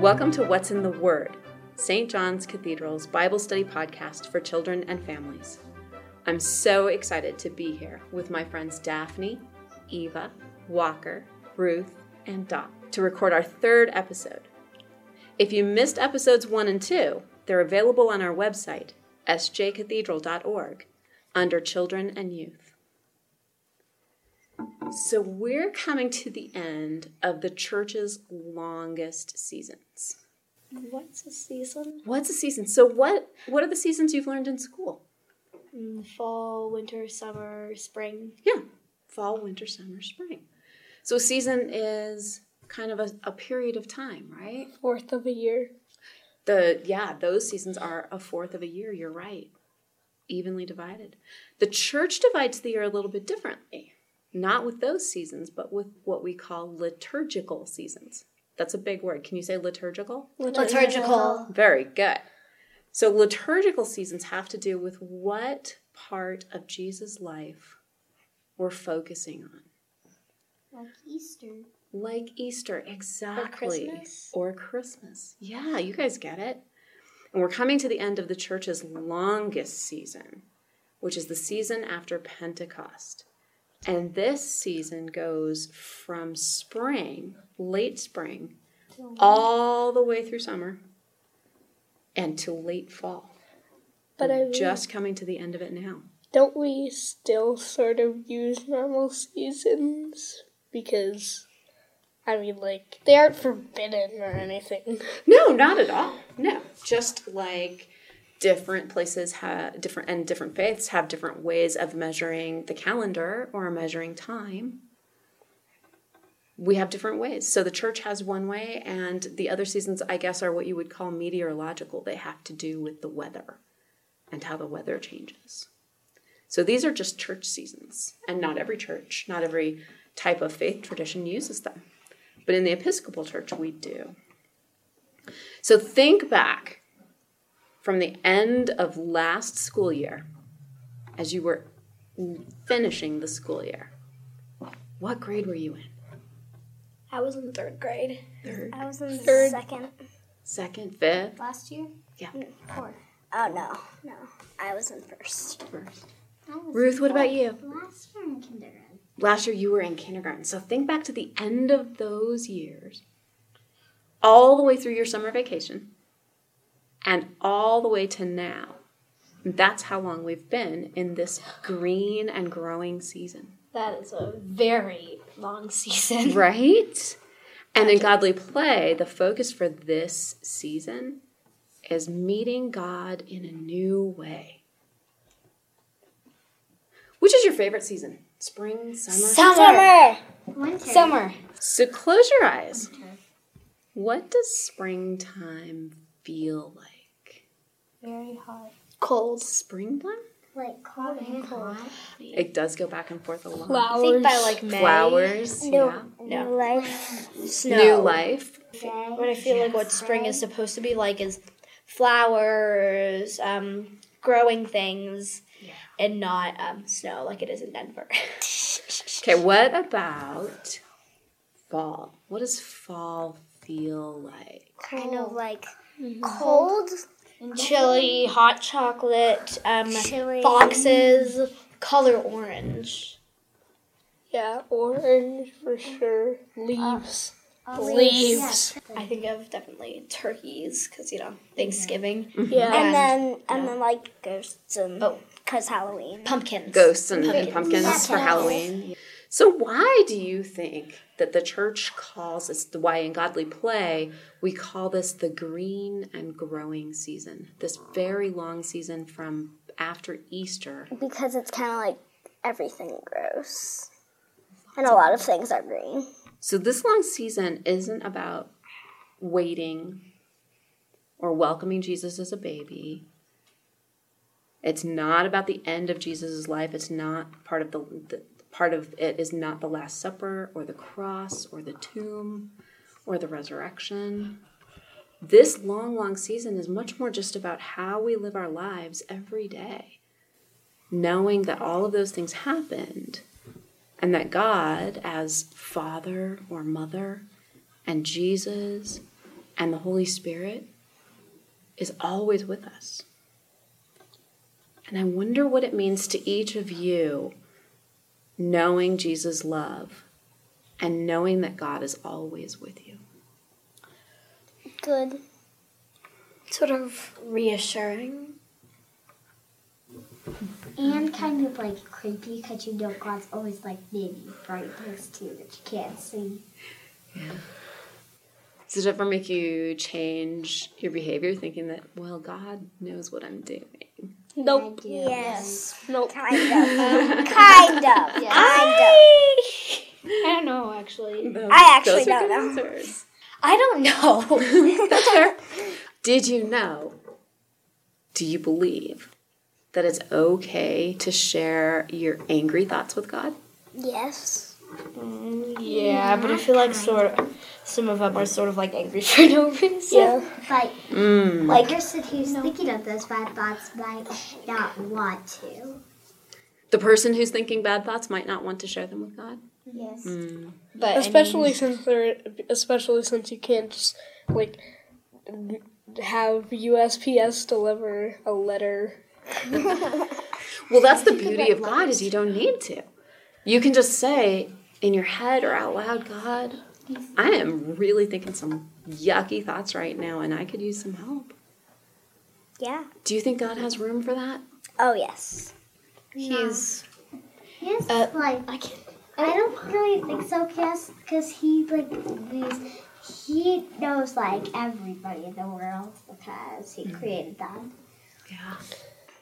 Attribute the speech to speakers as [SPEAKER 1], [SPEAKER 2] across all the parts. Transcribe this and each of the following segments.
[SPEAKER 1] Welcome to What's in the Word, St. John's Cathedral's Bible study podcast for children and families. I'm so excited to be here with my friends Daphne, Eva, Walker, Ruth, and Dot to record our third episode. If you missed episodes one and two, they're available on our website, sjcathedral.org, under Children and Youth. So we're coming to the end of the church's longest seasons.
[SPEAKER 2] What's a season?
[SPEAKER 1] What's a season? So what what are the seasons you've learned in school?
[SPEAKER 2] Mm, Fall, winter, summer, spring.
[SPEAKER 1] Yeah. Fall, winter, summer, spring. So a season is kind of a, a period of time, right?
[SPEAKER 3] fourth of a year.
[SPEAKER 1] The yeah, those seasons are a fourth of a year, you're right. Evenly divided. The church divides the year a little bit differently. Not with those seasons, but with what we call liturgical seasons. That's a big word. Can you say liturgical?
[SPEAKER 2] Liturgical.
[SPEAKER 1] Very good. So, liturgical seasons have to do with what part of Jesus' life we're focusing on.
[SPEAKER 2] Like Easter.
[SPEAKER 1] Like Easter, exactly.
[SPEAKER 2] Christmas?
[SPEAKER 1] Or Christmas. Yeah, you guys get it. And we're coming to the end of the church's longest season, which is the season after Pentecost. And this season goes from spring, late spring, all the way through summer and to late fall.
[SPEAKER 3] But I mean,
[SPEAKER 1] Just coming to the end of it now.
[SPEAKER 3] don't we still sort of use normal seasons? Because, I mean, like, they aren't forbidden or anything.
[SPEAKER 1] No, not at all. No, just like different places have different and different faiths have different ways of measuring the calendar or measuring time. We have different ways. So the church has one way, and the other seasons, I guess, are what you would call meteorological. They have to do with the weather and how the weather changes. So these are just church seasons, and not every church, not every type of faith tradition uses them. But in the Episcopal Church, we do. So think back from the end of last school year as you were finishing the school year. What grade were you in?
[SPEAKER 2] I was in third grade.
[SPEAKER 1] Third,
[SPEAKER 4] I was in the
[SPEAKER 3] Third.
[SPEAKER 4] second
[SPEAKER 1] second, fifth,
[SPEAKER 4] last year.
[SPEAKER 1] Yeah.
[SPEAKER 4] No, fourth.
[SPEAKER 2] Oh no.
[SPEAKER 4] No, I was in first.
[SPEAKER 1] first.
[SPEAKER 4] I was
[SPEAKER 1] Ruth, what about you?
[SPEAKER 4] last year in kindergarten.
[SPEAKER 1] Last year you were in kindergarten. So think back to the end of those years, all the way through your summer vacation, and all the way to now. And that's how long we've been in this green and growing season.
[SPEAKER 2] That is a very long season.
[SPEAKER 1] Right? And in Godly Play, the focus for this season is meeting God in a new way. Which is your favorite season? Spring, summer?
[SPEAKER 2] Summer.
[SPEAKER 4] Winter.
[SPEAKER 2] Summer.
[SPEAKER 1] so close your eyes. What does springtime feel like?
[SPEAKER 4] Very hot.
[SPEAKER 3] Cold.
[SPEAKER 1] Springtime?
[SPEAKER 4] Like cold and hot.
[SPEAKER 1] It does go back and forth a lot.
[SPEAKER 3] Flowers.
[SPEAKER 2] like May.
[SPEAKER 1] Flowers, yeah.
[SPEAKER 2] No.
[SPEAKER 4] Life.
[SPEAKER 2] Snow.
[SPEAKER 1] New life.
[SPEAKER 2] What I feel like what spring is supposed to be like is flowers, um, growing things, and not um, snow like it is in Denver.
[SPEAKER 1] Okay, what about fall? What does fall feel like?
[SPEAKER 4] Kind of like cold.
[SPEAKER 2] Chili, hot chocolate, um,
[SPEAKER 4] Chili.
[SPEAKER 2] boxes, color orange.
[SPEAKER 3] Yeah, orange for sure. Leaves.
[SPEAKER 4] Leaves.
[SPEAKER 2] Uh, I think of definitely turkeys because you know Thanksgiving.
[SPEAKER 3] Yeah.
[SPEAKER 4] And then and then like ghosts and
[SPEAKER 2] Oh.
[SPEAKER 4] cause Halloween.
[SPEAKER 2] Pumpkins.
[SPEAKER 1] Ghosts and pumpkins,
[SPEAKER 2] Pumpkins.
[SPEAKER 1] for Halloween. So why do you think that the church calls it's the why in godly play we call this the green and growing season? This very long season from after Easter.
[SPEAKER 4] Because it's kind of like everything grows. And a lot of things are green.
[SPEAKER 1] So this long season isn't about waiting or welcoming Jesus as a baby. It's not about the end of Jesus' life. It's not part of the, the part of it is not the Last Supper or the cross or the tomb or the resurrection. This long, long season is much more just about how we live our lives every day, knowing that all of those things happened and that God, as Father or Mother, and Jesus, And the Holy Spirit is always with us. And I wonder what it means to each of you knowing Jesus' love and knowing that God is always with you.
[SPEAKER 4] Good.
[SPEAKER 2] Sort of reassuring.
[SPEAKER 5] And kind of like creepy because you know God's always like maybe right next to you that you can't see.
[SPEAKER 1] Does it ever make you change your behavior thinking that, well, God knows what I'm doing?
[SPEAKER 3] Nope.
[SPEAKER 4] Yes.
[SPEAKER 3] Nope.
[SPEAKER 4] Kind of. kind of. Kind
[SPEAKER 2] I don't know, actually.
[SPEAKER 4] I actually
[SPEAKER 1] Um, Those are good
[SPEAKER 4] don't know.
[SPEAKER 1] answers.
[SPEAKER 2] I don't know.
[SPEAKER 1] That's fair. Did you know? Do you believe that it's okay to share your angry thoughts with God?
[SPEAKER 4] of. Yes.
[SPEAKER 2] yeah, but I feel like sort of, some of them are sort of like angry for no reason.
[SPEAKER 4] Yeah.
[SPEAKER 5] But
[SPEAKER 1] Mm.
[SPEAKER 5] like the person who's thinking of those bad thoughts might not want to.
[SPEAKER 1] The person who's thinking bad thoughts might not want to share them with God.
[SPEAKER 5] Yes.
[SPEAKER 2] But I
[SPEAKER 3] Especially since there, especially since you can't just like n- have USPS deliver a letter.
[SPEAKER 1] Well, that's the beauty of God is you don't need to. You can just say in your head or out loud, God, I am really thinking some yucky thoughts right now and I could use some help.
[SPEAKER 4] Yeah.
[SPEAKER 1] Do you think God has room for that?
[SPEAKER 4] Oh, yes.
[SPEAKER 2] he's
[SPEAKER 5] Yes,
[SPEAKER 2] Uh,
[SPEAKER 5] like I can I don't really think so, Cass, because he like these. He knows like everybody in the world because he created them.
[SPEAKER 1] Yeah.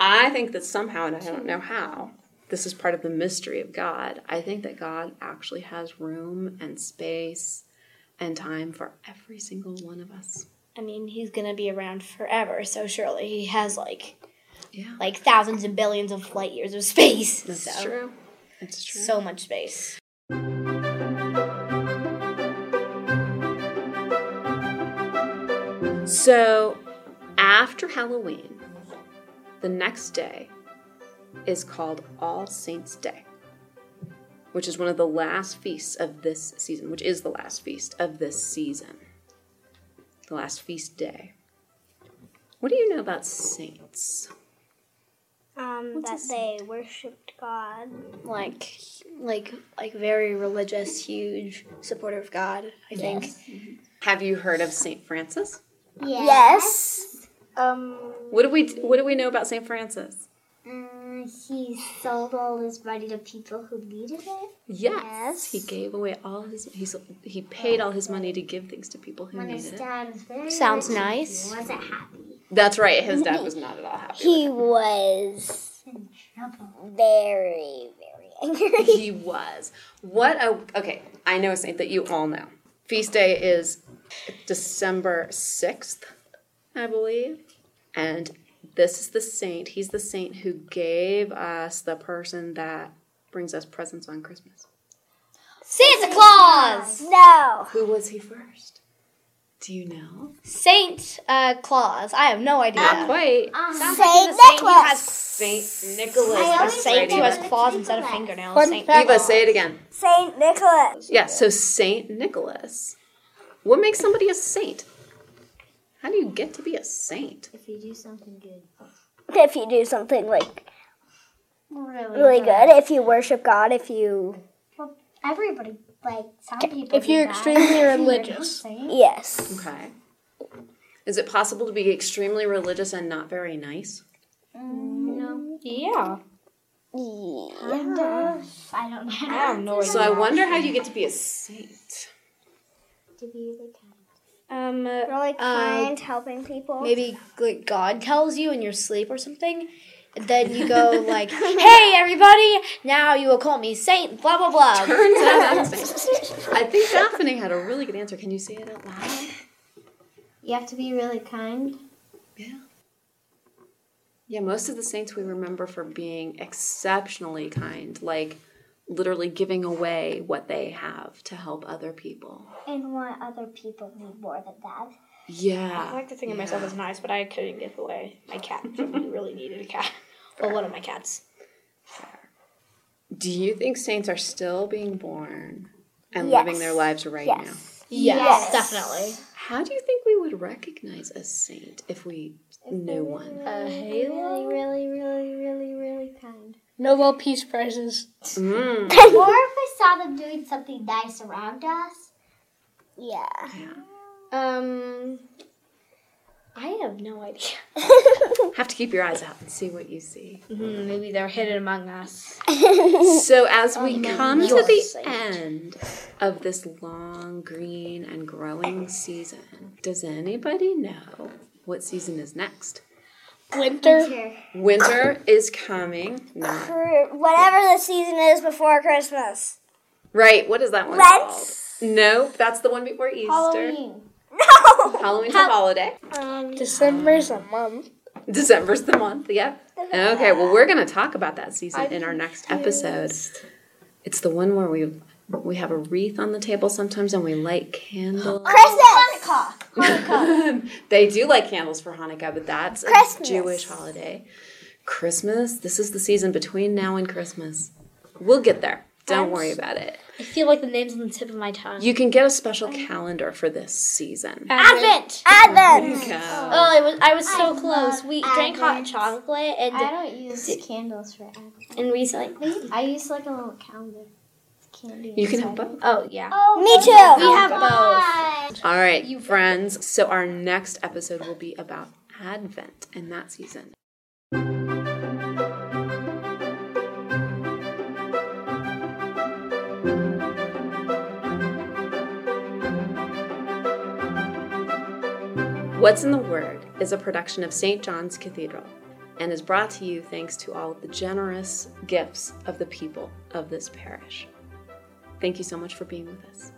[SPEAKER 1] I think that somehow, and I don't know how, this is part of the mystery of God. I think that God actually has room and space and time for every single one of us.
[SPEAKER 2] I mean, he's gonna be around forever, so surely he has like
[SPEAKER 1] Yeah.
[SPEAKER 2] like thousands and billions of light years of space.
[SPEAKER 1] That's
[SPEAKER 2] so,
[SPEAKER 1] true. That's true.
[SPEAKER 2] So much space.
[SPEAKER 1] So after Halloween, the next day is called All Saints' Day, which is one of the last feasts of this season, which is the last feast of this season. The last feast day. What do you know about saints?
[SPEAKER 4] Um, that they worshipped God.
[SPEAKER 2] Like like like very religious, huge supporter of God, I think.
[SPEAKER 1] Have you heard of Saint Francis?
[SPEAKER 5] Yeah.
[SPEAKER 4] Yes. Um,
[SPEAKER 1] What do we what do we know about Saint Francis?
[SPEAKER 5] Mm, he sold all his money to people who needed it.
[SPEAKER 1] Yes,
[SPEAKER 4] Yes.
[SPEAKER 1] he gave away all his he, s- he paid all his money to give things to people who
[SPEAKER 5] When his
[SPEAKER 1] needed it.
[SPEAKER 5] dad was very
[SPEAKER 2] Sounds
[SPEAKER 5] rich,
[SPEAKER 2] nice.
[SPEAKER 5] He wasn't happy.
[SPEAKER 1] That's right. His dad was not at all happy.
[SPEAKER 4] he was
[SPEAKER 5] In trouble.
[SPEAKER 4] very, very angry.
[SPEAKER 1] he was. What a okay. I know a saint that you all know. Feast day is December sixth, I believe, and this is the saint. He's the saint who gave us the person that brings us presents on Christmas.
[SPEAKER 2] Santa Claus!
[SPEAKER 4] no.
[SPEAKER 1] Who was he first? Do you know?
[SPEAKER 2] Saint uh, Claus. I have no idea.
[SPEAKER 1] Not quite.
[SPEAKER 4] Saint Nicholas.
[SPEAKER 1] Saint Nicholas.
[SPEAKER 5] I
[SPEAKER 1] That's
[SPEAKER 5] always
[SPEAKER 1] right.
[SPEAKER 2] Saint who has
[SPEAKER 5] Nicholas.
[SPEAKER 2] claws instead of fingernails.
[SPEAKER 3] Fun
[SPEAKER 2] Saint
[SPEAKER 3] fact-
[SPEAKER 1] Eva, say it again.
[SPEAKER 4] Saint Nicholas.
[SPEAKER 1] Yeah, so Saint Nicholas. What makes somebody a saint? How do you get to be a saint?
[SPEAKER 5] If you do something good.
[SPEAKER 4] If you do something like
[SPEAKER 5] Really,
[SPEAKER 4] really good, if you worship God, if you
[SPEAKER 5] Well, everybody, like some people.
[SPEAKER 3] If you're
[SPEAKER 5] do that.
[SPEAKER 3] extremely
[SPEAKER 5] If you're
[SPEAKER 3] religious.
[SPEAKER 5] insane.
[SPEAKER 4] yes,
[SPEAKER 1] Okay. Is it possible to be extremely religious and not very nice?
[SPEAKER 2] Yeah.
[SPEAKER 5] Kind of. I don't know.
[SPEAKER 2] I have no
[SPEAKER 1] So
[SPEAKER 2] idea.
[SPEAKER 1] I wonder how you get to be a saint.
[SPEAKER 5] To be the kind.
[SPEAKER 2] Um, uh,
[SPEAKER 4] really
[SPEAKER 2] uh,
[SPEAKER 4] kind, helping people.
[SPEAKER 2] maybe like God tells you in your sleep or something. Then you go like, "Hey everybody, now you will call me Saint blah blah blah."
[SPEAKER 1] Turns out I'm a saint. I think Daphne had a really good answer. Can you say it out loud?
[SPEAKER 5] You have to be really kind.
[SPEAKER 1] Yeah. Yeah, most of the saints we remember for being exceptionally kind, like literally giving away what they have to help other people.
[SPEAKER 5] And want other people need more than that.
[SPEAKER 1] Yeah.
[SPEAKER 6] I like to think of myself as nice, but I couldn't give away my cat. Somebody really needed a cat. Well, one of my cats.
[SPEAKER 1] Do you think saints are still being born and
[SPEAKER 4] Yes.
[SPEAKER 1] living their lives right
[SPEAKER 4] yes,
[SPEAKER 2] Yes,
[SPEAKER 5] Yes.
[SPEAKER 2] definitely.
[SPEAKER 1] How do you think we would recognize a saint if we knew one?
[SPEAKER 2] A
[SPEAKER 5] Really, really, really, really, really kind.
[SPEAKER 3] Nobel Peace Prizes.
[SPEAKER 1] Mm.
[SPEAKER 5] or if we saw them doing something nice around us.
[SPEAKER 4] Yeah.
[SPEAKER 5] Um, I have no idea.
[SPEAKER 1] Have to keep your eyes out and see what you see.
[SPEAKER 2] Mhm, maybe they're hidden among us.
[SPEAKER 1] So, as we come to the
[SPEAKER 4] saint.
[SPEAKER 1] end of this long, green, and growing season, does anybody know what season is next?
[SPEAKER 3] Winter.
[SPEAKER 1] Winter is coming. Not
[SPEAKER 4] For whatever the season is before Christmas.
[SPEAKER 1] right. What is that one called?
[SPEAKER 4] Lent?
[SPEAKER 1] No, that's the one before Easter.
[SPEAKER 5] Halloween.
[SPEAKER 4] No.
[SPEAKER 1] Halloween's a holiday.
[SPEAKER 3] December's a month.
[SPEAKER 1] December's the month. Yep. Okay. Well, we're gonna talk about that season in our next episode. It's the one where we we have a wreath on the table sometimes, and we light candles.
[SPEAKER 4] Christmas.
[SPEAKER 1] they do light candles for Hanukkah, but that's a
[SPEAKER 4] Christmas.
[SPEAKER 1] Jewish holiday. Christmas. This is the season between now and Christmas. We'll get there. Don't worry about it.
[SPEAKER 2] I feel like the name's on the tip of my tongue.
[SPEAKER 1] You can get a special calendar for this season.
[SPEAKER 2] Advent.
[SPEAKER 4] Advent.
[SPEAKER 1] Okay.
[SPEAKER 2] Oh, it was. I was so
[SPEAKER 5] I
[SPEAKER 2] close.
[SPEAKER 5] love
[SPEAKER 2] We drank hot
[SPEAKER 5] Advent.
[SPEAKER 2] chocolate
[SPEAKER 5] I
[SPEAKER 2] and
[SPEAKER 5] don't use candles for Advent.
[SPEAKER 2] and recently.
[SPEAKER 5] I use like a little calendar. Candy
[SPEAKER 1] You can have both.
[SPEAKER 2] Oh yeah.
[SPEAKER 5] Oh,
[SPEAKER 4] Me too.
[SPEAKER 2] We have both.
[SPEAKER 1] All right, friends. So our next episode will be about Advent and that season. What's in the Word is a production of St. John's Cathedral and is brought to you thanks to all of the generous gifts of the people of this parish. Thank you so much for being with us.